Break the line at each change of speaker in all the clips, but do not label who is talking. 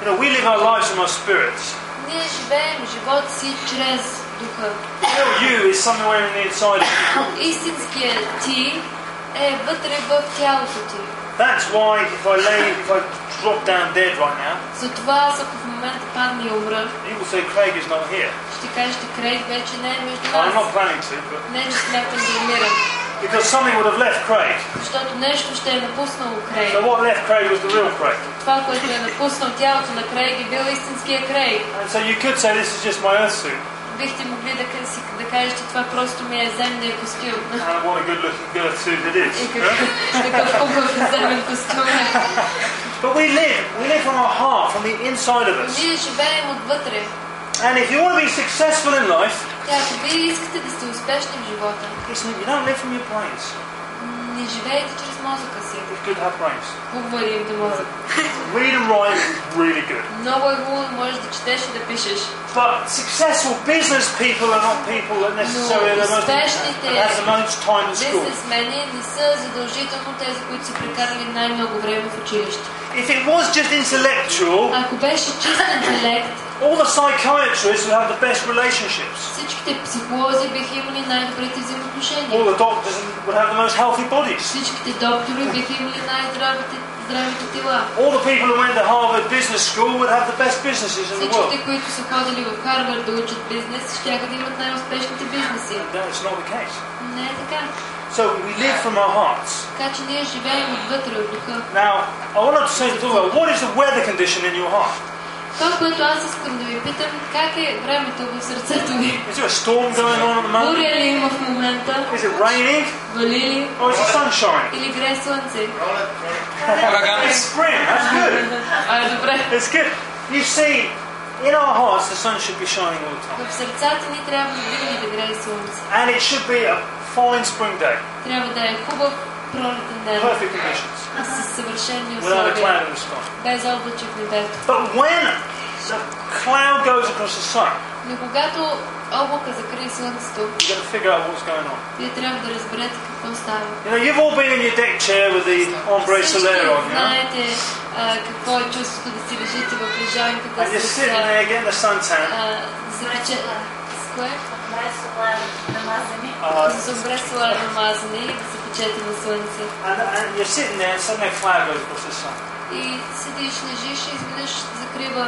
You know, we live our lives from our spirits.
Ние живеем живот си чрез духа.
Real you is somewhere in the inside of you.
Истинският ти е вътре в тялото ти.
That's why if I lay, if I drop доwn dead right now,
Затова аз ако в момента падна и умра,
you will say Craig is not here.
ще кажете, Крейг вече не е между
I'm not
нас.
planning to, but
Не, че смятам да умирам,
because something would have left Craig.
защото нещо ще е напуснало Крейг.
So what left Craig was the real Craig.
Това, което е напуснал тялото на Крейг е бил истинския Крейг.
And so you could say this is just my earth suit,
Бихте могли да, ка- си- да кажете, това просто ми е земния костюм.
and what a good-looking earth suit it is.
И
yeah?
какъв такъв хубав земен костюм е.
But we live, we live from our heart, from the inside of us.
Ние живеем отвътре.
And if you want to be successful in life,
Тя, ако вие искате да сте успешни в живота,
it's, you don't live from your brains.
не живеете чрез мозъка си.
It's good to have brains.
Хубаво е да имате мозък.
Read and write is really good.
Много е хубаво, да можеш да четеш и да пишеш.
But successful business people are not people that necessarily are the most,
успешните-
that has the most time at school.
Бизнесмени не са задължително тези, които са прекарали най-много време в училище.
If it was just intellectual,
Ако беше чист интелект,
all the psychiatrists would have the best relationships.
всичките психолози биха имали най-добрите
All
взаимоотношения.
the doctors would have the most healthy bodies.
Всичките доктори биха имали най-здравите здравите тела.
All the people who went to Harvard Business School would have the best businesses in the world.
Всичките, които са ходили в Харвард да учат бизнес, ще да имат най-успешните бизнеси.
No, it's not the case.
Не е така.
So we live from our hearts.
Така че ние живеем отвътре от духа.
Now, I want to say to talk about what is the weather condition in your heart?
Това, което аз искам да ви питам, как е времето в сърцето ви?
Is there a storm going on at the moment?
Буря ли има в момента?
Is it raining?
Вали ли?
Or is it sunshine?
Или грее слънце?
It's spring, that's good.
А, е, добре.
It's good. You see, in our hearts, the sun should be shining all the time.
В сърцата ни трябва винаги да грее слънце.
And it should be a fine spring day.
Трябва да е хубав пролетен ден,
Perfect conditions.
с съвършени
Without a
условия,
cloud in the sky.
без облаче в небето.
But when the cloud goes across the sun,
Но когато облака закрие слънцето,
you've got to figure out what's going on.
вие трябва да разберете какво става.
You know, you've all been in your deck chair with the ombre
Всички
solaire on, you know?
знаете а, какво е чувството да си лежите в лежанката
And you're
с
sitting
а,
there getting the suntan.
а, запече... С кое?
Uh,
С добре солар намазане и да се печете на слънце.
and, and you're sitting there and suddenly a cloud goes across the sun.
И седиш, лежиш и изведнъж закрива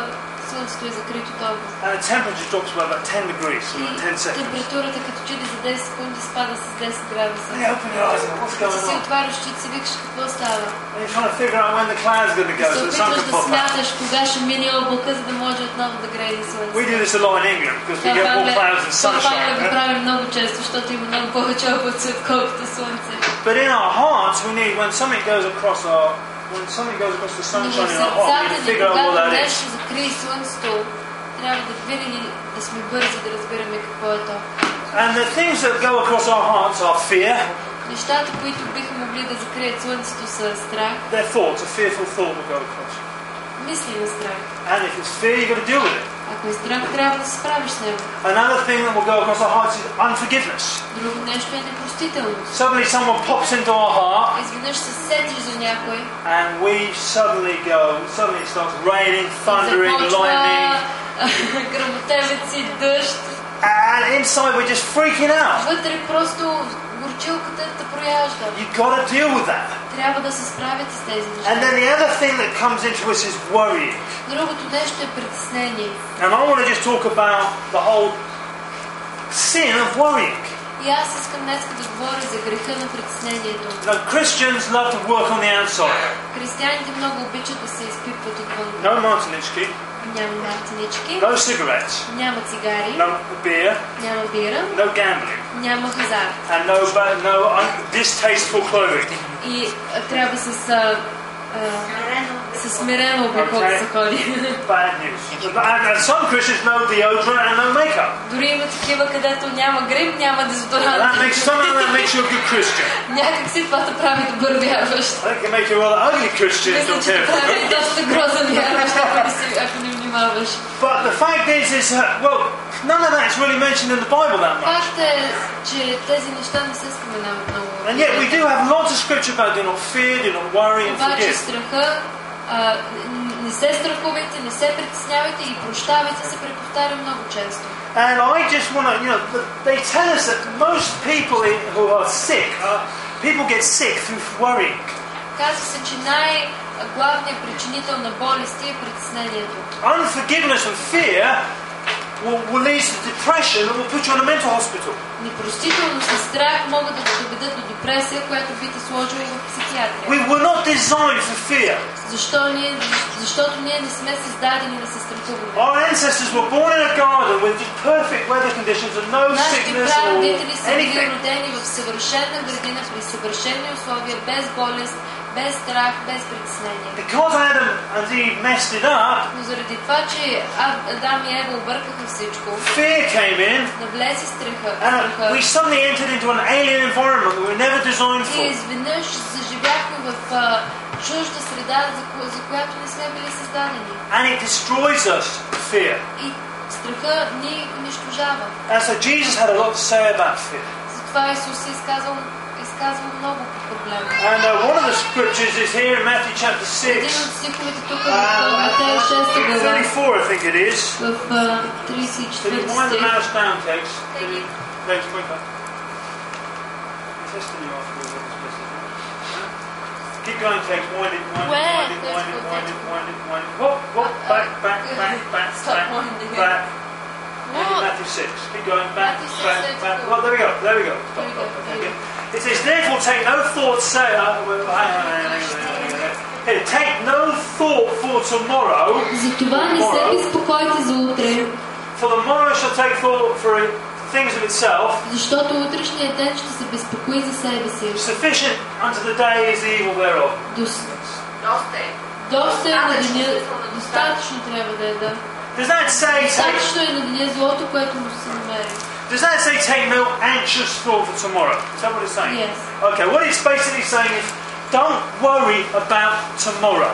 слънцето е закрито толкова.
And the temperature drops by about 10 degrees in
И
10 seconds.
температурата като че ли за 10 секунди спада с 10 градуса.
And you open your eyes and what's going
Ти си
on?
отваряш очите си, викаш какво става.
And you're trying to figure out when the cloud's going to
И
go
се
so the sun
опитваш
can
да
pop up.
смяташ кога ще мине облака, за да може отново да грее слънце.
We do this a lot in England because we
Това
get more clouds than
това
sunshine. е.
го
right?
правим много често, защото има много повече облаци, отколкото слънце.
But in our hearts, we need when something goes across our when something goes across the
Но в
sunshine in our heart, we
сърцата
need to
ни,
figure out what
когато
that is.
нещо закрие слънцето, трябва да винаги да сме бързи да разбираме какво е то.
And the things that go across our hearts are fear.
Нещата, които биха могли да закрият слънцето са страх,
They're thoughts. A fearful thought will go across.
мисли на страх.
And if it's fear, you've got to deal with it.
Ако е страх, трябва да се справиш с него.
Another thing that will go across our hearts is unforgiveness.
Друго нещо е непростителност.
Suddenly, someone pops into our heart,
Изведнъж се сетиш за някой,
and we suddenly go. Suddenly, it starts raining, thundering,
започва
lightning,
грамотевици, дъжд,
and inside we're just freaking out.
Вътре просто горчилката те прояжда.
You've got to deal with that.
Трябва да се справите с тези
And then
неща.
the other thing that comes into us is worrying.
Другото нещо е притеснение.
And I want to just talk about the whole sin of worrying.
И аз искам днес да говоря за греха на притеснението.
Now, Christians love to work on the outside.
Християните много обичат да се изпипват отвън.
No Martinichki,
Няма мартинички,
no cigarettes,
няма цигари,
no beer,
няма бира,
no gambling,
няма хазарт.
and no ba- no un- distasteful clothing.
И а, трябва с, а, а, с смирено облекло да се ходи.
Bad news. And, and some Christians no deodorant and no makeup.
Дори има такива, където няма грим, няма дезодорант.
That makes somehow that makes you a good Christian.
Някак си това те прави добър вярващ.
I think it makes you a rather ugly Christian if
Мисля,
you're
че
careful.
това е доста грозен вярващ, ако не, си, ако не внимаваш.
But the fact is, is that, well, none of that is really mentioned in the Bible that much.
Факт е, че тези неща не се споменават много.
And yet we do have lots of scripture about do not fear, do not worry and
Обаче
forgive.
страха а, н- не Не се страхувайте, не се притеснявайте и прощавайте се, преповтаря много често.
And I just want to, you know, th- they tell us that most people in, who are sick, uh, people get sick through worrying.
Казва се, че най-главният причинител на болести е притеснението.
Unforgiveness and fear will, will lead to depression and will put you in a mental hospital.
Непростителност и страх могат да го доведат до депресия, която би те сложила в психиатрия.
We were not designed for fear.
Защо ние, защото ние не сме създадени да се страхуваме.
Our ancestors were born in a garden with just perfect weather conditions and no
Нашите
sickness or
прадедители са били
anything.
родени в съвършена градина при съвършени условия, без болест, без страх, без притеснение.
Because Adam and Eve messed it up,
Но заради това, че Ад- Адам и Ева объркаха всичко,
fear came in,
навлезе страха,
and we
страха
suddenly entered into an alien environment we were never designed
и
for.
изведнъж заживяхме в а, чужда среда, за, ко- за която не сме били създадени.
And it destroys us, fear.
И страха ни унищожава.
And so Jesus had a lot to say about fear.
Затова Исус е изказал, изказал много по проблема.
And uh, one of the scriptures is here in Matthew chapter
Един
6,
от стиховете тук в а, Матея 6 глава,
34, I think it is.
в а,
Can you
34
wind the
стих.
mouse down, Tex?
Thank
Can you,
you.
Tex, quicker. I'm testing you after all this message. Keep going, Tex. Wind it, wind it,
Where?
wind it, wind it, wind it, wind it, wind it. Whoop, whoop,
Uh,
back,
uh,
back, back, back,
stop
back,
winding it.
back.
Но
Matthew 6. Keep going back,
Matthew 6,
back,
let's
back.
go.
Well, there we go, there we go. Stop,
There we
stop.
go,
Okay,
there we
good. It says, therefore take no thought, say, uh, well, hang on, hang on, hang on, hang on, hang on. Here, take no thought for tomorrow,
Затова не се безпокойте за утре,
for the morrow shall take thought for things of itself.
защото утрешният ден ще се безпокои за себе си.
Sufficient unto the day is the evil thereof.
Дос-
Доста е.
Доста е на деня, достатъчно трябва да е да.
Does that say take,
Достатъчно е на деня злото, което му се намери.
Does that say take no anxious thought for tomorrow? Is that what it's saying?
Yes.
Okay. What it's basically saying is, don't worry about tomorrow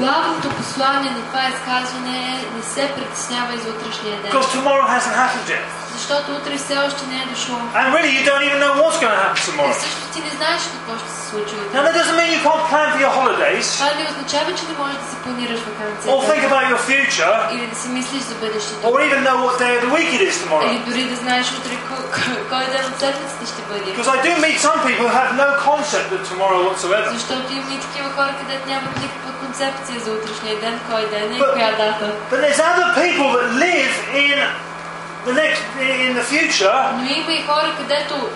Главното послание на това изказване е не се притеснявай за утрешния ден,
because tomorrow hasn't happened yet,
защото утре все още не е дошло.
and really you don't even know what's going to happen
И
tomorrow.
всъщност ти не знаеш какво ще се случи утре.
Now that doesn't mean you can't plan for your holidays
Това не означава, че не можеш да си планираш
or think
вакансията
about your future
или да си мислиш за бъдещето.
or even know what day of the week it is tomorrow.
Или дори да знаеш утре ко- ко- кой ден от седмицата ще бъде.
Because I do meet some people who have no concept of tomorrow whatsoever.
Защото има и такива хора, където нямат никаква концепция за утрешния ден, кой ден е и
But-
коя дата.
But there's other people that live in the next in the future
Но има и хора, където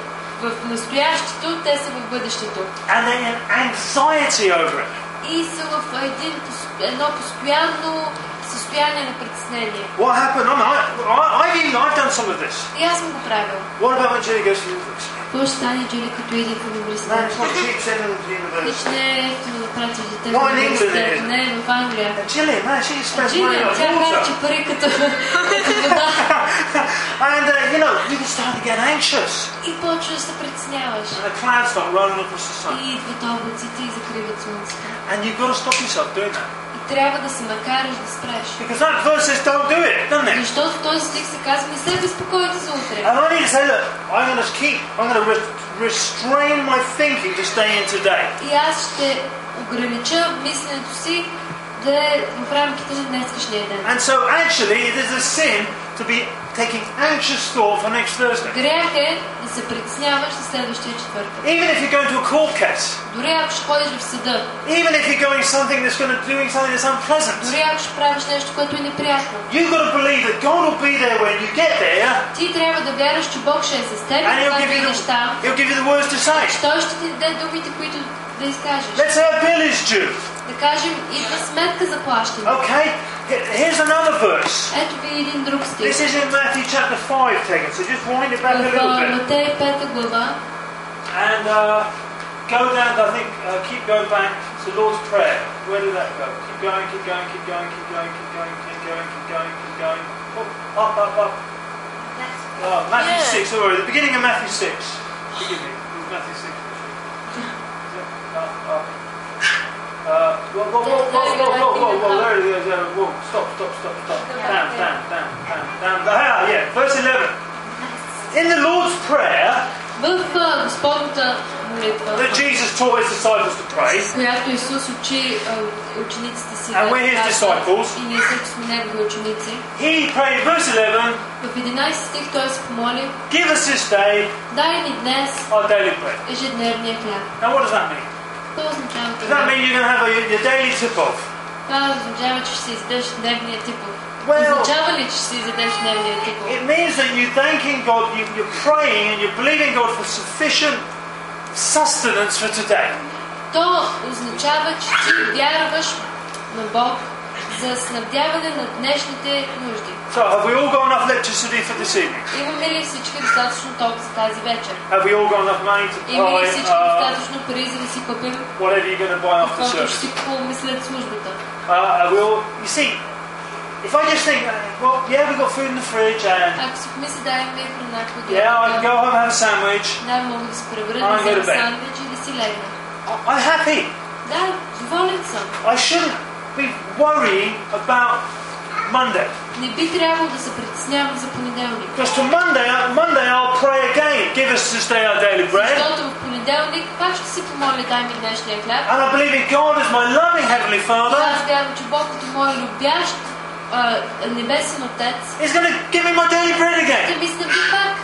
в настоящето, те са в бъдещето.
and they're in anxiety over it.
И са в един, пос- едно постоянно състояние на притеснение.
What happened? I'm, I, I, I've even I've done some of this.
И аз съм го правил.
What about when Julie goes to university?
Какво ще стане, Джули, като иде в
Man,
университет?
it's not cheap sending them to university.
Вече не е ефтино да прати дете в
Но, не е Значи,
университет,
Англия.
не е в Англия.
And Julie, man, she spends
Джули,
money on
тя харчи
water.
пари като, като вода
and uh, you know, you can start to get anxious,
и почваш да се притесняваш.
and the clouds start rolling across the sun.
И идват облаците и закриват слънцето.
And you've got to stop yourself doing that
И трябва да се накараш да спреш.
because that verse says, "Don't do it," doesn't it?
Защото в този стих се казва, не се безпокойте за утре.
And I need to say, look, I'm going to keep, I'm going to re- restrain my thinking to stay in today.
И аз ще огранича мисленето си да е в рамките на днескашния ден.
And so actually it is a sin to be taking anxious thought for next Thursday.
Грях е да се притесняваш за следващия четвъртък.
Even if you're going to a court case,
Дори ако ще ходиш в съда,
even if you're going something that's going to doing something that's unpleasant,
дори ако ще правиш нещо, което е неприятно,
you've got to believe that God will be there when you get there
ти трябва да вярваш, че Бог ще е с теб,
and he'll
когато
give you
идеш
the,
там.
he'll give you the words to say.
че Той ще ти даде думите, които да изкажеш.
Let's say a bill is due.
Да кажем, идва сметка за плащане.
Okay? Here- Here's another verse.
Ето ви един друг стих.
This is in Matthew chapter 5, Tegan, so just wind it back a
В
little
а,
bit.
Матей 5 глава
And uh, go down, I think, uh, keep going back to Lord's Prayer. Where did that go? Keep going, keep going, keep going, keep going, keep going, keep going, keep going, keep going. Oh, up, up, up. Oh, Matthew
Yeah.
6, sorry, the beginning of Matthew 6. Forgive me, it was Matthew 6. wasn't it? Yeah, up, up. Uh, whoa, whoa, whoa, whoa, whoa, whoa, whoa, whoa, there it is, there, whoa, stop, stop, stop, stop. Down, down, down, down, down. Ah, yeah, verse 11. In the Lord's Prayer,
в В а, Господната молитва,
that Jesus taught his disciples to pray.
с която Исус учи а, учениците си
And we're his
казват,
disciples.
и ние също сме негови ученици,
He prayed, verse 11,
в 11 стих той се помоли,
give us this day
дай ни днес
our daily bread.
ежедневния хляб.
Now, what does that mean?
Какво означава
Does that
това?
mean you're going to have a, your daily tip off?
Това означава, че ще си издеш дневния типов.
Well-
Означава ли, че ще си издеш дневния типов?
It means that you're thanking God, you, you're praying, and you're believing God for sufficient sustenance for today.
То означава, че ти вярваш на Бог за снабдяване на днешните нужди.
So, have we all got enough electricity for this evening?
Имаме ли всички достатъчно ток за тази вечер?
Have we all got enough money to
Имаме
buy
ли всички
uh,
достатъчно пари, за да си купим
whatever you're going to buy after
каквото
service?
ще си купуваме след службата?
Uh, we all, you see, if I just think, uh, well, yeah, we've got food in the fridge, and
Ако си помисля, дай ми храна, която
yeah, I can go home and have a sandwich,
да, мога да се
Ай,
превърна
не,
за
бе.
сандвич и да си легна.
I- I'm happy.
Да, доволен съм.
I shouldn't be worrying about Monday.
Не би трябвало да се притеснявам за понеделник.
Because to Monday, Monday I'll pray again. Give us this day our daily bread.
Защото в понеделник пак ще си помоля, дай ми днешния хляб.
And I believe in God as my loving Heavenly
И Аз
Father
вярвам, че Бог като мой любящ а, небесен отец
is going to give me my daily bread again.
ще ми снабди пак.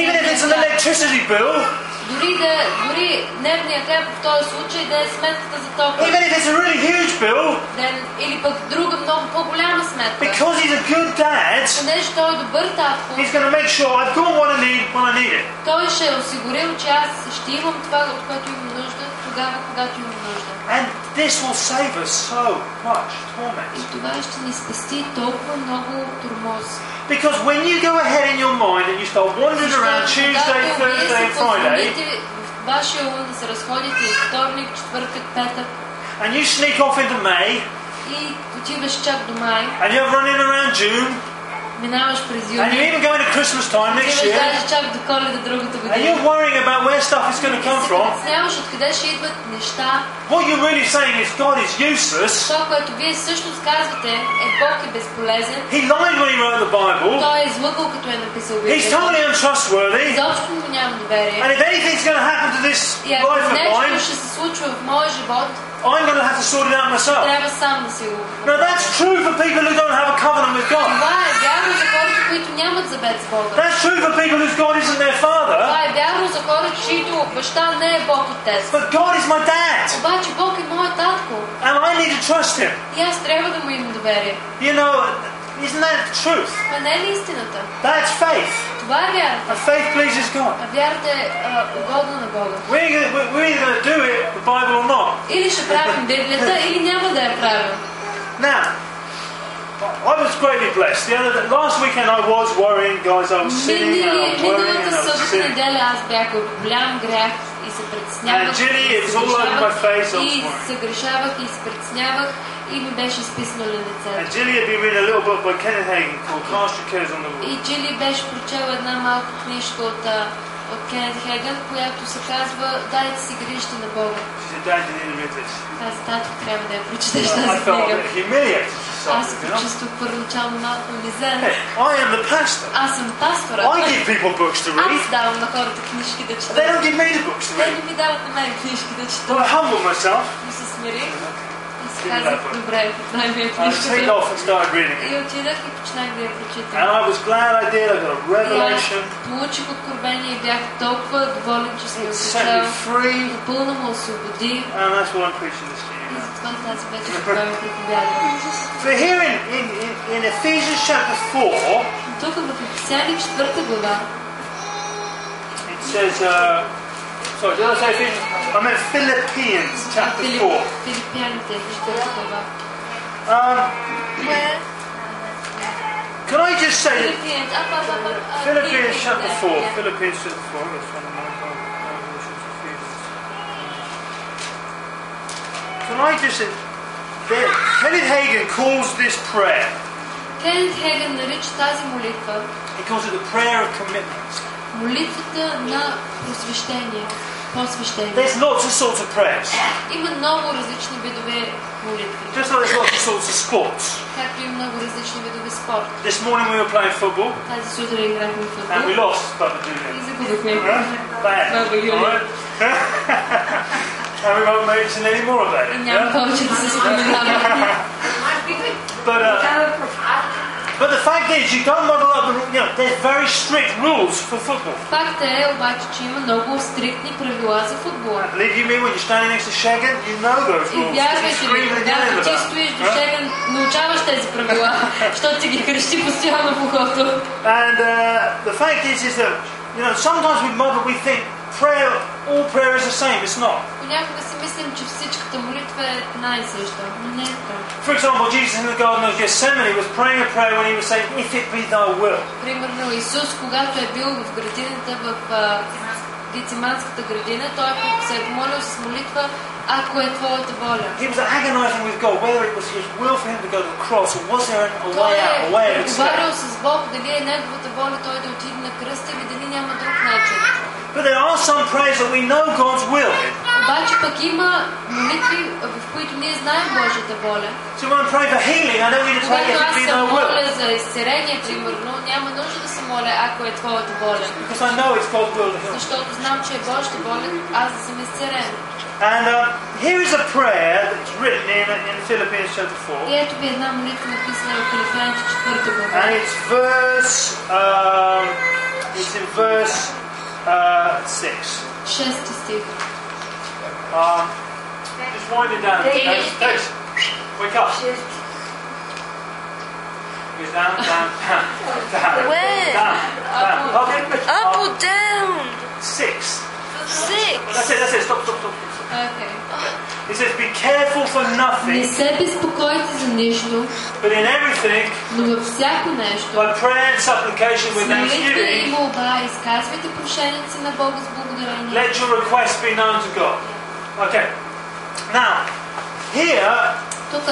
Even if it's an electricity bill,
Дори да, дори дневния хляб в този случай да е сметката за тока.
even if it's a really huge bill,
Ден, или пък друга много по-голяма сметка.
because He's a good dad,
Понеже той е добъr татко,
He's going to make sure I've got what I need when I need it.
той ще е осигурил, че аз ще имам това, от което имам нужда, тогава, когато имам нужда.
And this will save us so much torment.
И това ще ни спести толкова много тормоз.
Because when you go ahead in your mind and you start wandering around
Защото
Tuesday,
когато
Thursday, and
вие си
Friday,
позволите в Вашия ум да се разходите из вторник, четвъртък, петък
and you sneak off into May,
и отиваш чак до май,
and you're running around June,
минаваш през
and you're
юни,
even going to Christmas time next
отиваш
year,
даже чак до коледа другата
and
година.
you're worrying about where stuff is going to
И
come
се
from,
притесняваш откъде ще идват неща.
what you're really saying is God is useless.
Това, което вие всъщност казвате е Бог е безполезен.
He lied when he wrote the Bible.
Той е излъгал, като е написал
He's
Библията.
totally untrustworthy.
Изобщо му няма доверие.
And if anything's going to happen to this
И
life
ако
of mine,
нещо ще се случва в моя живот,
I'm going to have to sort it out myself.
трябва сам да си го
Now that's true for people who don't have a covenant with God.
Това е вярно за хората, които нямат завет с Бога.
That's true for people whose God isn't their father,
Това е вярно за хора, чието баща не е Бог отец.
but God is my dad,
Обаче Бог е моят татко
and I need to trust him.
и аз трябва да му имам доверие.
You know, isn't that the truth?
Това не е ли истината?
That's faith,
Това е вярата.
and faith pleases God.
А вярата е а, угодна на Бога.
We're, gonna- we're- we're either going to do it, the Bible or not.
Или ще правим Библията, или няма да я правим.
Now, I- I was greatly blessed. The other last weekend I was worrying, guys. I was sitting and I
Минали,
was worrying and I
миналата
was
събота
sitting.
неделя аз бях от голям грях и се притеснявах.
And Jenny,
и
it's
се
all over
грешавах,
my face, I'm
И
sorry.
се грешавах и се притеснявах и ми беше списнало лицето.
And Jilly had been reading a little book by Kenneth Hagin called Cast Your Cares on the Lord.
И Джили беше прочела една малка книжка от, а, от Кенет Хегън, която се казва Дайте си грижите на Бога.
She said, Dad, you need to read this.
Аз татко трябва да я прочетеш
I
тази
felt a
книга.
bit humiliated.
Аз се
myself, you know?
почувствах първоначално малко унизен.
Hey, I am the pastor.
Аз съм пастора.
I give people books to read.
Аз давам на хората книжки нали? да е
They
четат.
don't give me the books to
Те
read.
не ми дават на мен книжки да чета.
So I humble myself
Но се смирих и си
Ти
казах,
лапа.
добре, дай ми я
and I take
книжката.
off and started reading it.
И отидах и почнах да я прочитам.
And I was glad I did. I got a
И аз
revelation.
получих откровение и бях толкова доволен, че съм
It
я
set me
прочел.
free.
Напълно ме освободи
And that's what I'm preaching this to you
и
now.
затова тази вечер правим проповядване.
So here in, in, in, in Ephesians chapter 4,
Тук в Ефесяни 4 глава,
it says, uh, sorry, did I say Ephesians? I meant Philippians chapter
Филип,
4.
Филипяните 4 глава.
Um, can I just say that
Филипиен, а, па, па, па, а,
Philippians
Филипините,
chapter 4.
да.
Philippians chapter 4. That's one of my revelations of Ephesians. Can I just say, that Kenneth Hagin calls this prayer,
Кенет Хеген нарича тази молитва
he calls it the prayer of commitment.
молитвата на просвещение. посвещение.
There's lots of sorts of prayers.
Има много различни видове молитви,
Just like there's lots of sorts of sports.
както и много различни видове спорт.
This morning we were playing football
Тази сутрин играхме в
and we
футбол
lost, but we did
и
it.
загубихме.
Bad.
Bad, yeah.
alright? and we won't mention any more of that.
И няма
yeah?
повече да се споменава.
But uh, but the fact is, you don't model up the you know. There's very strict rules for football.
Факт е обаче, че има много стриктни правила за футбола.
Believe you me, when you're standing next to Shagan, you know those
И
rules. You
вярвайте ми,
scream and yell
когато
about.
ти стоиш до
right?
Шеген, научаваш тези правила, защото ти ги крещи постоянно по хото.
And uh, the fact is, is that you know sometimes we model, we think prayer, all prayer is the same. It's not.
Понякога си мислим, че всичката молитва е една и съща, но не е така.
For example, Jesus in the Garden of Gethsemane was praying a prayer when he was saying, "If it be Thy will."
Примерно Исус, когато е бил в градината, в а, Гециманската градина, той се е помолил с молитва, ако е твоята воля.
He was agonizing with God whether it was His will for him to go to the cross or was there a
Той
way out,
е
a way of escape.
разговарял с Бог, дали е неговата воля той да отиде на кръста или дали няма друг начин.
But there are some prayers that we know God's will. in.
Обаче пък има молитви, в които ние знаем Божията воля.
So when I pray for healing, I don't need to pray if
Когато
it
аз
be Thy will
се моля за изцеление, примерно, няма нужда да се моля, ако е твоята воля.
because I know it's God's will to heal.
Защото знам, че е Божията воля, аз да съм изцелен.
And uh, here is a prayer that's written in, uh, in Philippians chapter 4.
И ето ви една молитва написана в Филипяните 4 глава.
And it's verse, um, it's in verse uh, 6.
6 стих.
Um, just wind it down.
David.
Thanks, thanks. Wake up. Go down, down, down, down.
Where?
Down, down.
Up.
Up or down?
Six. That's
Six.
it, that's it. Stop, stop, stop. stop.
Okay.
It says, be careful for
Не
nothing,
се безпокойте за нищо,
but in everything,
но във всяко нещо.
by prayer and supplication
С
with
молитва и
thanksgiving,
молба изказвайте прошенията си на Бога с благодарение.
let your requests be known to God. Okay. Now, here,
Тук,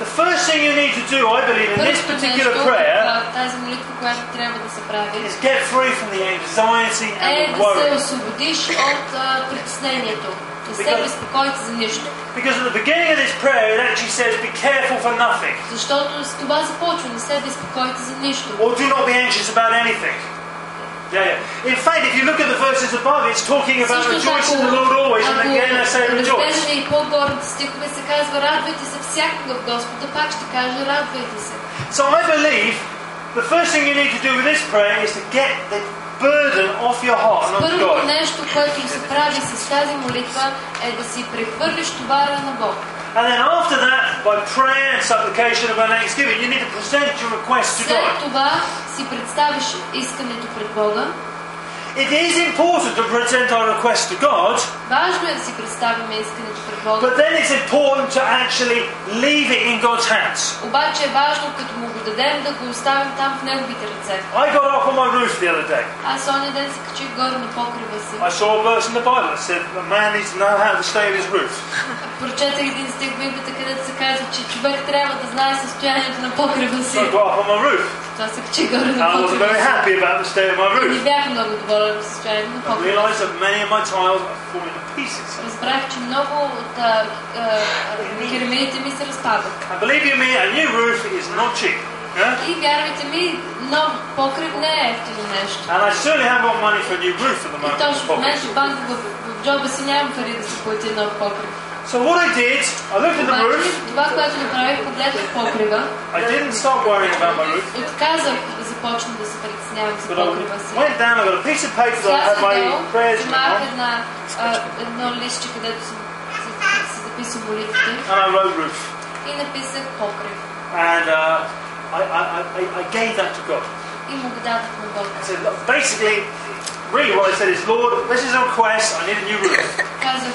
The first thing you need to do, I believe, in this
първото нещо,
particular prayer
в тази молитва, която трябва да се прави,
is get free from the anxiety
е
and the
да се
worry.
освободиш от а, притеснението. Не се
Because-
безпокойте за нищо.
Because at the beginning of this prayer, it actually says, Be careful for nothing,
Защото с това започва. Не се безпокойте за нищо.
or do not be anxious about anything. Yeah, yeah. In fact, if you look at the verses above, it's talking about
Също
rejoice
така,
in the Lord always, and again I say
ако
rejoice.
разглеждаме и по-горните стихове, се казва радвайте се всякога в Господа, пак ще кажа радвайте се.
So I believe the first thing you need to do with this prayer is to get the burden off your heart and onto
Първото
God.
нещо, което се прави с тази молитва, е да си прехвърлиш товара на Бог.
And then after that, by prayer and supplication and by thanksgiving, you need to present your request to God.
След това си представиш искането пред Бога.
It is important to present our request to God,
Важно е да си представяме искането пред Бога.
but then it's important to actually leave it in God's hands.
Обаче е важно, като му го дадем, да го оставим там в неговите ръце.
I got up on my roof the other day.
Аз оня ден се качих горе на покрива си.
I saw a verse in the Bible that said a man needs to know how to stay on his roof.
Прочетах един стих в Библията, където се казва, че човек трябва да знае състоянието на покрива си.
So I got up on my roof.
Това се качи горе
And
на
I wasn't
покрива
very
си.
happy about the state of my
Не
roof.
бях много доволен от състоянието на
I
покрива
realised
си.
that many of my tiles are falling to pieces.
Разбрах, че много от а, а, а, керамидите ми се разпадат.
And believe you me, a new roof is not cheap. Yeah?
И вярвайте ми, нов покрив не е ефтино нещо.
And I certainly haven't got money for a new roof at the
И
moment. in
точно в
pocket.
момента банк в, в джоба си нямам пари да си плати нов покрив.
So what I did, I looked at the
Обаче,
roof.
това, което направих, погледнах покрива,
I дidn't start worrying about my roof.
отказах да започна да се притеснявам за
But I
покрива си.
went down, I got a piece of paper that I
Сега
had my prayers
седел,
written
имах
on,
една, а, едно листче, където съм си записал молитвите
and I wrote roof.
и написах покрив.
And uh, I, I, I, I gave that to God.
И му го дадох на Бог.
I said, look, basically, really what I said is, Lord, this is a request, I need a new roof.
Казах,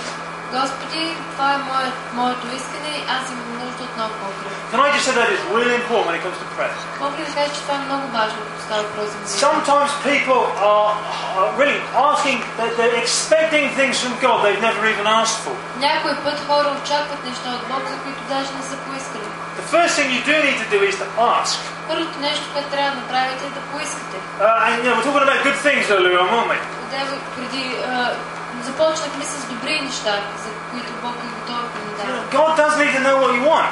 Господи, това е мое, моето искане и аз имам нужда от нов покрив.
Can I just say that is really important when it comes to prayer?
Мога ли да кажа, че това е много важно, когато става въпрос за молитва?
Sometimes people are, are really asking, they're, they're expecting things from God they've never even asked for.
Някой път хора очакват неща от Бог, за които даже не са поискали.
The first thing you do need to do is to ask.
Първото нещо, което трябва да направите е да поискате.
Uh, and you know, we're talking about good things, though, Lou, aren't we?
Отдева преди а, Започнахме с добри неща, за които Бог е готов да ни даде.
God does need to know what you want.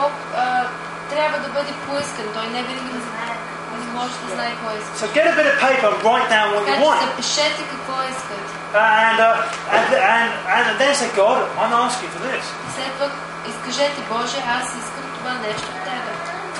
Бог а, трябва да бъде поискан. Той не винаги не знае. Не може да знае какво иска.
So get a bit of paper, write down what
Така
you
че
want,
запишете какво искате.
and uh, and, and and then say, God, I'm asking for this.
И след това изкажете, Боже, аз искам това нещо от Тебе.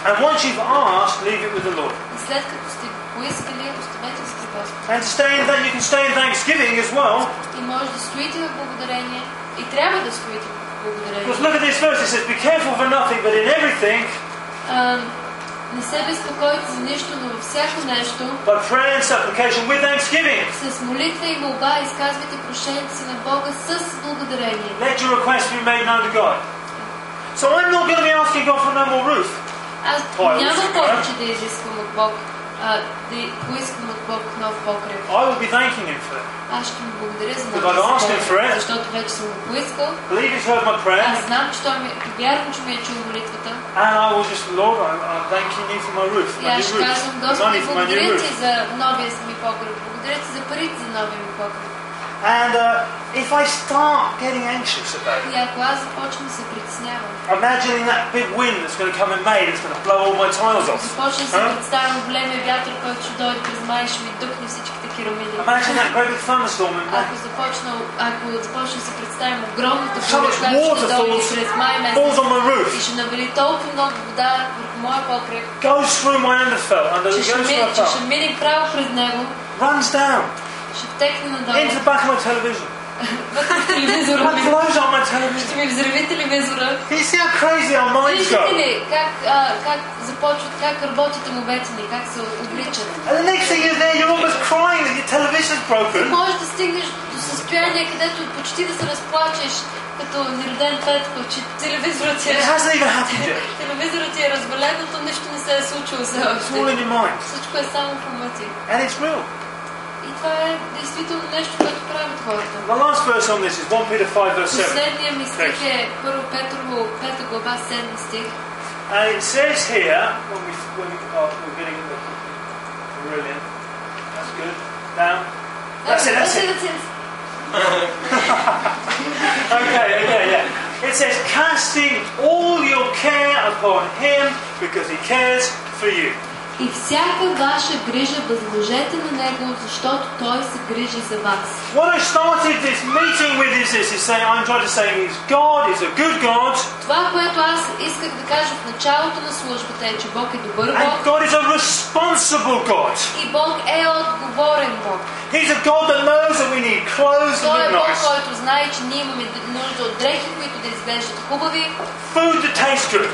And once you've asked, leave it with the Lord.
И след като сте го поискали, оставете го при Господ.
And to stay in that, you can stay in thanksgiving as well.
И може да стоите в благодарение. И трябва да стоите в благодарение.
Because look at this verse. It says, "Be careful for nothing, but in everything
А, не се безпокойте за нищо, но във всяко нещо
by prayer and supplication with thanksgiving."
С молитва и молба изказвайте прошенията си на Бога с благодарение.
Let your request be made known to God. So I'm not going to be asking God for no more roof.
Аз
Това е
няма
лошо,
повече да изисквам от Бог, а, да поискам от Бог нов покрив.
I will be thanking Him for it.
Аз ще му благодаря за
Because I
новия
asked him for it.
покрив, защото вече съм го поискал.
Believe He's heard my prayer,
Аз знам, че той ми, вярвам, че ми е чул молитвата.
and I will just, Lord, I'm, I'm thanking you for my roof,
И
my
аз
new
ще казвам,
roof, the money
Господи,
for my new
благодаря ти
roof.
за новия си ми покрив. Благодаря ти за парите за новия ми покрив.
And uh, if I start getting anxious about it,
И ако аз започна да се притеснявам,
imagining that big wind that's going to come in May, that's going to blow all my tiles off.
започна да
Huh?
се представям големия вятър, който ще дойде през май и ще ми дъхне всичките керамиди.
Imagine that great big thunderstorm in May.
Ако започна, ако започна да се представим огромната
So
буря,
much
която ще
water
дойде
falls-
през май
Falls
месец
on my
и
roof,
ще навали толкова много вода върху моя покрив,
goes through my underfell, under
че
goes
ще,
through
мине,
my
че ще
felt,
мине право през него,
runs down
ще втекне
into
надолу,
the back of my television,
вътре в телевизора
and
ми,
blows on my television.
ще ми взриви телевизора.
Do you see how crazy our minds
Виждате
go?
ли как, а, как започват, как работите му ни, как се обличат?
And the next thing is there, you're almost crying that your television's broken.
Може да стигнеш до състояние, където почти да се разплачеш, като нероден петко, че телевизорът ти
It
е
hasn't even happened yet.
Телевизорът ти е развален, но нищо не се е случило все
It's all
още.
in your mind.
Всичко е само по мъти.
And it's real.
И това е действително нещо, което правят хората.
The last verse on this is 1 Peter 5, verse 7.
Последния ми стих е 1 Петрово, 5 глава, 7 стих.
And it says here, when we, when we oh, we're getting the brilliant. That's good. Down. That's it, that's it. Okay, okay, yeah. It says, casting all your care upon him because he cares for you.
И всяка ваша грижа възложете на Него, защото Той се грижи за вас.
What I started this meeting with is this, is saying, I'm trying to say is God is a good God
Това, което аз исках да кажа в началото на службата е, че Бог е добър
and
Бог
God is a responsible God.
и Бог е отговорен Бог.
He's a God that knows that we need clothes that
Той е
look
Бог,
nice,
който знае, че ние имаме нужда от дрехи, които да изглеждат хубави,
food that tastes good,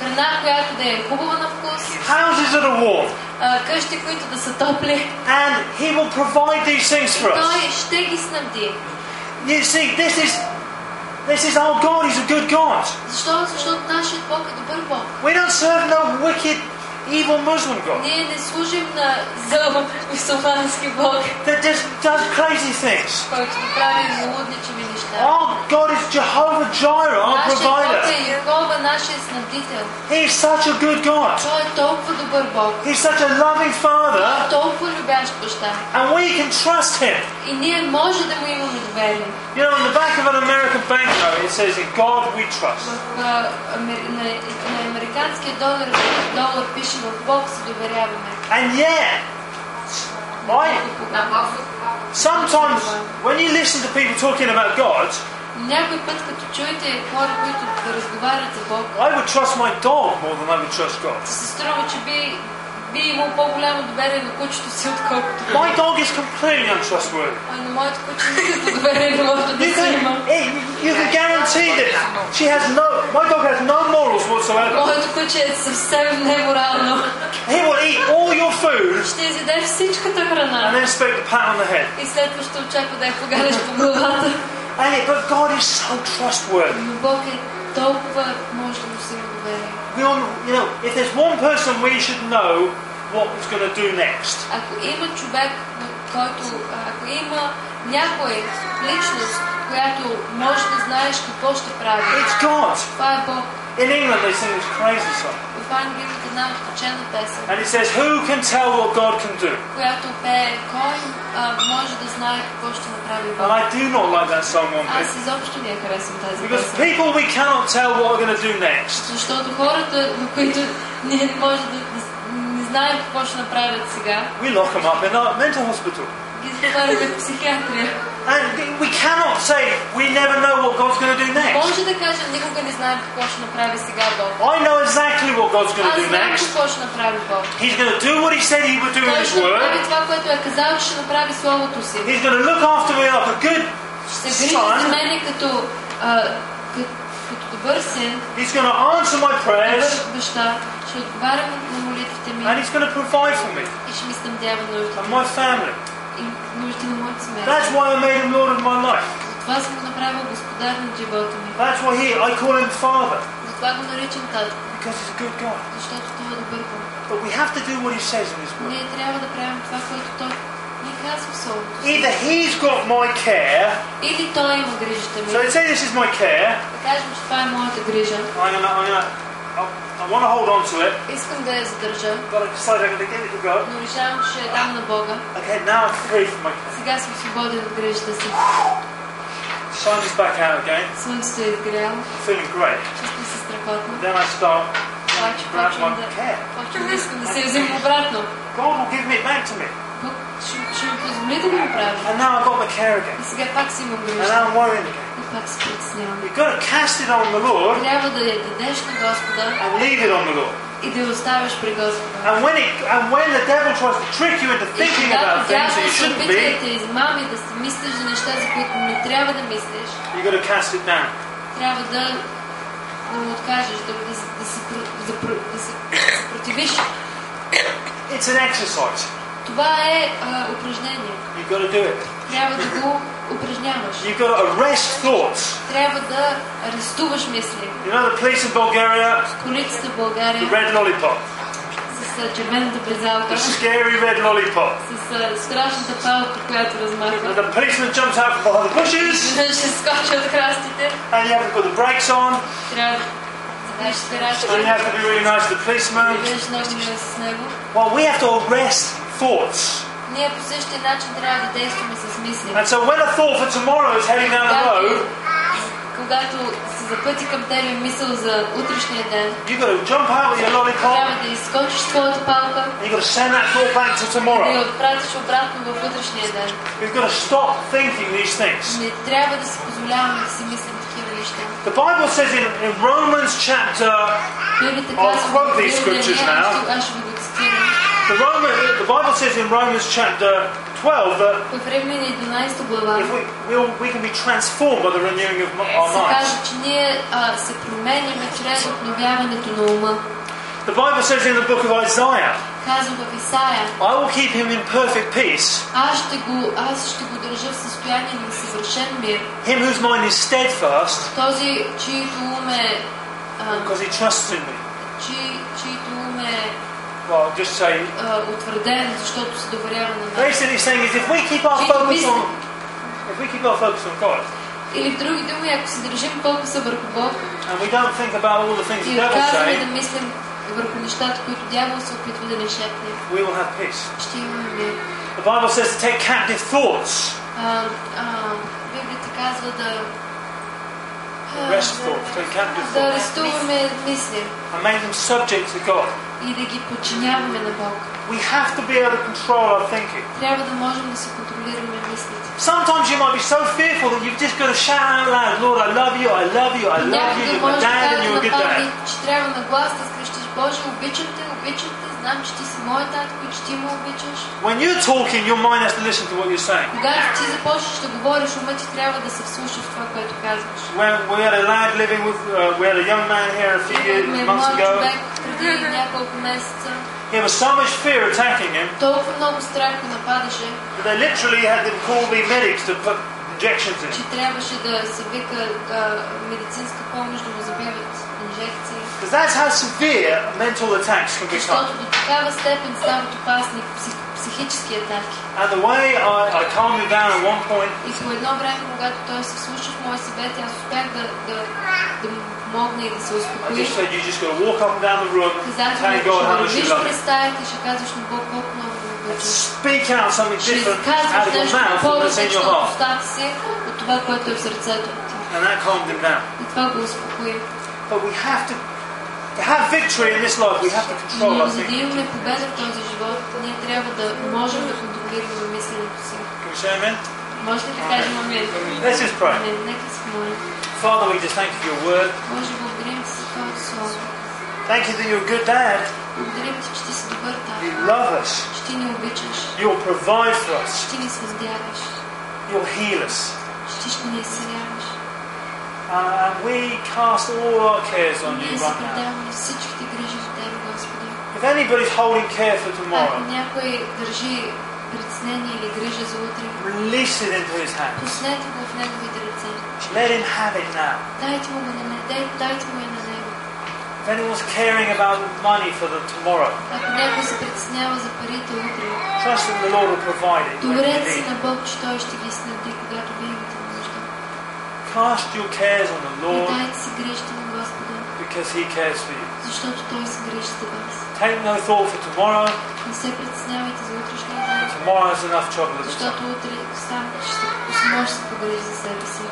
храна, която да е хубава на вкус,
houses that are warm,
а, къщи, които да са топли.
and He will provide these things for us.
Той е, ще ги снабди.
You see, this is this is our God. He's a good God.
Защо? Защото нашият Бог е добър Бог.
We don't serve no wicked, evil Muslim God
Ние не служим на зъл мусулмански Бог,
that just does crazy things.
който ни прави заблудничеви неща.
Our God is Jehovah Jireh, our
Нашият Бог
provider.
е Йохова, нашия снабдител.
He is such a good God.
Той е толкова добър Бог.
He's such a loving Father,
Толкова любящ баща.
and we can trust Him.
И ние може да му имаме доверие.
You know, on the back of an American banknote, it says, "In God we trust."
В, а, амер- на, на американския долар, долар пише в Бог се доверяваме.
And yet, I sometimes when you listen to people talking about God,
Някой път, като чуете хора, които да разговарят за Бог,
I would trust my dog more than I would trust God.
се струва, че би, би имал по-голямо доверие на кучето си, отколкото Бог.
My dog is completely untrustworthy.
А на моето куче никакво доверие не може да
You
се
can,
има.
you can guarantee that she has no. My dog has no morals whatsoever.
Моето куче е съвсем неморално.
He will eat all your food
Ще изяде всичката
and
храна.
then expect a pat on the head.
И след това ще очаква да я погледаш по главата.
And it, but God is so trustworthy.
Но Бог е толкова, може да му се има доверие.
We all, you know, if there's one person we should know what is going to do next,
Ако има човек, който, ако има някой личност, която може да знаеш какво ще прави,
it's God.
това е Бог.
In England, they sing this crazy song.
В Англия имат една учена песен,
And it says, Who can tell what God can do?
която пее кой а, може да знае какво ще направи
And
Бог.
I do not like that song one
Аз
bit.
изобщо не я харесвам тази
Because
песен.
people we cannot tell what are going to do next.
Защото хората, които не може да не знаят какво ще направят сега,
We lock them up in a mental hospital.
ги затваряме в психиатрия.
And we cannot say, We never know what God's going to do next.
Може да кажем, никога не знаем какво ще направи сега Бог.
I know exactly what God's going
Аз
to do
знам
next.
какво ще направи Бог.
He's going to do what He said He would do in
Той
His
ще направи
Word.
това, което е казал, че ще направи Словото си.
He's going to look after me like a good
Ще се грижи за
son.
мене като, а, като, като добър син,
He's going to answer my prayers.
добър баща, ще отговарям на молитвите ми
And He's going to provide for me
и ще ми снабдява нуждите
and my family.
и нуждите на моите
That's
семейства.
why I made Him Lord of my life.
Затова съм го направил господар на живота ми.
That's why He, I call Him Father.
Затова го наричам татко,
Because He's a good God.
защото той е добър Бог.
But we have to do what he says in his word.
Ние трябва да правим това, което той ни казва в Словото. си.
Either he's got my care,
Или той има грижата ми.
so let's say this is my care.
Да кажем, че това е моята грижа.
I'm gonna, I'm gonna, I, I want to hold on to it,
Искам да я задържа,
but I decide I'm gonna give it a go.
но решавам, че ще я дам на Бога.
Okay, now I'm free from my care.
Сега съм свободен от грижата си.
Sun's back out again.
Слънцето е изгряло,
I'm feeling great.
чувствам се страхотно.
Then I start
Обаче
to grab
почвам
my
да...
care.
Почвам да искам да се я взема обратно.
God will give me it back to me,
Бог ще, ще ми позволи да го направя.
and now I've got my care again,
И сега пак си имам
and
грижа.
now I'm worrying again.
И пак се притеснявам.
You've got to cast it on the Lord
Трябва да я дадеш на Господа
and leave it on the Lord.
и да я оставяш при Господа.
And when it, and when the devil tries to trick you into
И
thinking
когато
about things that
дявол
you
се
shouldn't
опитва да
be,
те измами, да си мислиш за неща, за които не трябва да мислиш,
you've got to cast it down.
трябва да да му откажеш, да, да, се- да, се, про- да, про- да се противиш.
It's an exercise.
Това е а, упражнение.
You've got to do it.
Трябва да го упражняваш.
You've got to arrest thoughts.
Трябва да арестуваш мисли.
You know the police in Bulgaria,
Полицията в
the
България
red lollipop,
с а, червената брезалка,
the
с
scary red lollipop.
а, страшната палка, която
And
размахва.
the policeman jumps out from behind the bushes,
Изведнъж ще скочи от храстите.
and you have to put the brakes on,
Трябва да дадеш карачки.
and you have to be really nice to the
Да
policeman.
бъдеш много мил с него.
Well, we have to arrest thoughts.
Ние по същия начин трябва да действаме с мисли.
And so when a thought for tomorrow is heading down the
Когато,
road,
когато се запъти към тебе мисъл за утрешния ден,
you've got to jump out with your lollipop,
трябва да изкочиш твоята палка
and you've got to send that thought back to
и да я
tomorrow.
отпратиш обратно в утрешния ден.
We've got to stop thinking these things.
Не трябва да си позволяваме да си мислим такива неща.
The Bible says in, in Romans chapter
Библията
I'll
казва,
quote these
Библия,
scriptures
не, аз
now.
ще- аз ще ви го цитирам.
The, Roman, the Bible says in Romans chapter 12 that
В Римляни 11 глава
if we, we'll, we can be transformed by the renewing of our
се
minds.
казва, че ние а, се променяме чрез обновяването на ума.
The Bible says in the book of Isaiah,
Казва в Исаия,
I will keep him in perfect peace,
аз ще го, аз ще го държа в състояние на съвършен мир.
him whose mind is steadfast
Този, чието ум е а,
because he trusts in me.
чи, чието ум е
Well, I'll just say,
а, утвърден, защото се доверява на мен.
basically saying is if we keep our
Keep
focus
busy.
on, if we keep our focus on God
Или в други думи, ако се държим фокуса върху Бог
and we don't think about all the things the
и
devil
отказваме да
saying,
мислим върху нещата, които дявол се опитва да ни шепне,
we will have peace.
ще имаме мир.
The Bible says to take captive thoughts,
А, а, Библията казва да... а,
arrest thoughts, take captive
Да
thoughts,
арестуваме мисли
and make them subject to God.
и да ги подчиняваме на Бог.
We have to be able to control our thinking.
Трябва да можем да се контролираме мислите.
Sometimes you might be so fearful that you've just got to shout out loud, Lord, I love you, I love you, I love you,
Някога
you're
може
my
така
dad and
да
you're a good
нападне,
dad.
че трябва на глас да скрещиш Боже, обичам те, обичам те, знам, че ти си моят татко и че ти ме обичаш.
When you're talking, your mind has to listen to what you're saying.
Когато ти започнеш да говориш, умът ти трябва да се вслуша в това, което казваш.
When we had a lad living with, uh, we had a young man here a few years,
Имахме
months
млад
ago.
е човек преди няколко месеца.
There was so much fear attacking him
Толкова много страх го нападаше,
that they literally had to call the medics to put injections in
че трябваше да се вика а, медицинска помощ, да му забиват инжекции.
because that's how severe mental attacks can become.
Защото до такава степен стават опасни псих- психически атаки.
And the way I, I calmed him down at one point
И по едно време, когато той се вслуша в мой съвет и аз успях да, да, да му помогна и да се
I
успокои.
just said you just got to walk up and down the room,
Казах му,
thank
ще
God how much you
вървиш
love
през
him.
стаята и ще казваш на Бог колко много го
And
обичаш.
speak out something
Ще
different out of
изказваш
your
нещо
mouth than what's in your
по-различно от
heart.
устата си, от това, което е в сърцето ти.
And that calmed him down.
И това го успокои.
But we have to, to have victory in this life, we have to control
Но
our
за да
thinking.
имаме победа в този живот, ние трябва да можем да контролираме мисленето си.
Can we say amen?
Може ли да кажем амин?
Let's just pray.
Амин. Нека се молим.
Father, we just thank you for your word.
Боже, благодарим ти за твоето слово.
Thank you that you're a good dad.
Благодарим ти, че ти си добър
You
тата.
love us.
Че ти ни обичаш.
You'll provide for us.
Че ти ни създяваш.
You'll heal us.
Че ти ще ни изцеляваш.
Uh, and we cast all our cares on you
Ние се
right now.
предаваме всичките грижи в Тебе, Господи.
If anybody's holding care for
Ако
tomorrow,
някой държи притеснение или грижа за утре,
release it into his hands.
пуснете го в неговите ръце.
Let him have it now.
Дайте му го на него. Дай- Дайте му я на него.
If anyone's caring about money for the tomorrow,
Ако някой се притеснява за парите утре,
trust that the Lord will provide it when
доверете
you
си
need
на
it.
Бог, че Той ще ги снабди, когато вие имате нужда.
Cast your cares on the
И
Lord
дайте си грижите на Господа,
because he cares for you.
защото Той се грижи за вас.
Take no thought for tomorrow.
Не се притеснявайте за утрешния ден,
Tomorrow's enough trouble at the time.
защото утре сам ще се може да се погрижи за себе си.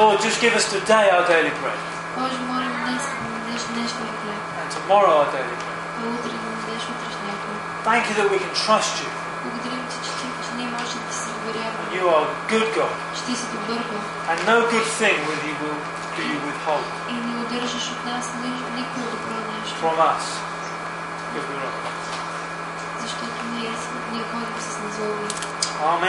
Lord, just give us today our daily bread
Боже, моля, днес да ми дадеш днешния хляб,
and tomorrow our daily bread.
а утре да ми дадеш утрешния хляб.
Thank you that we can trust you.
Благодарим ти, че ти, че ние можем да ти се доверяваме,
You are a good God,
че ти си добър Бог
and no good thing will you will do you withhold
и не удържаш от нас ни- никакво добро нещо.
from us. Because we're not.
защото ние, ние ходим с назлоби.
Amen.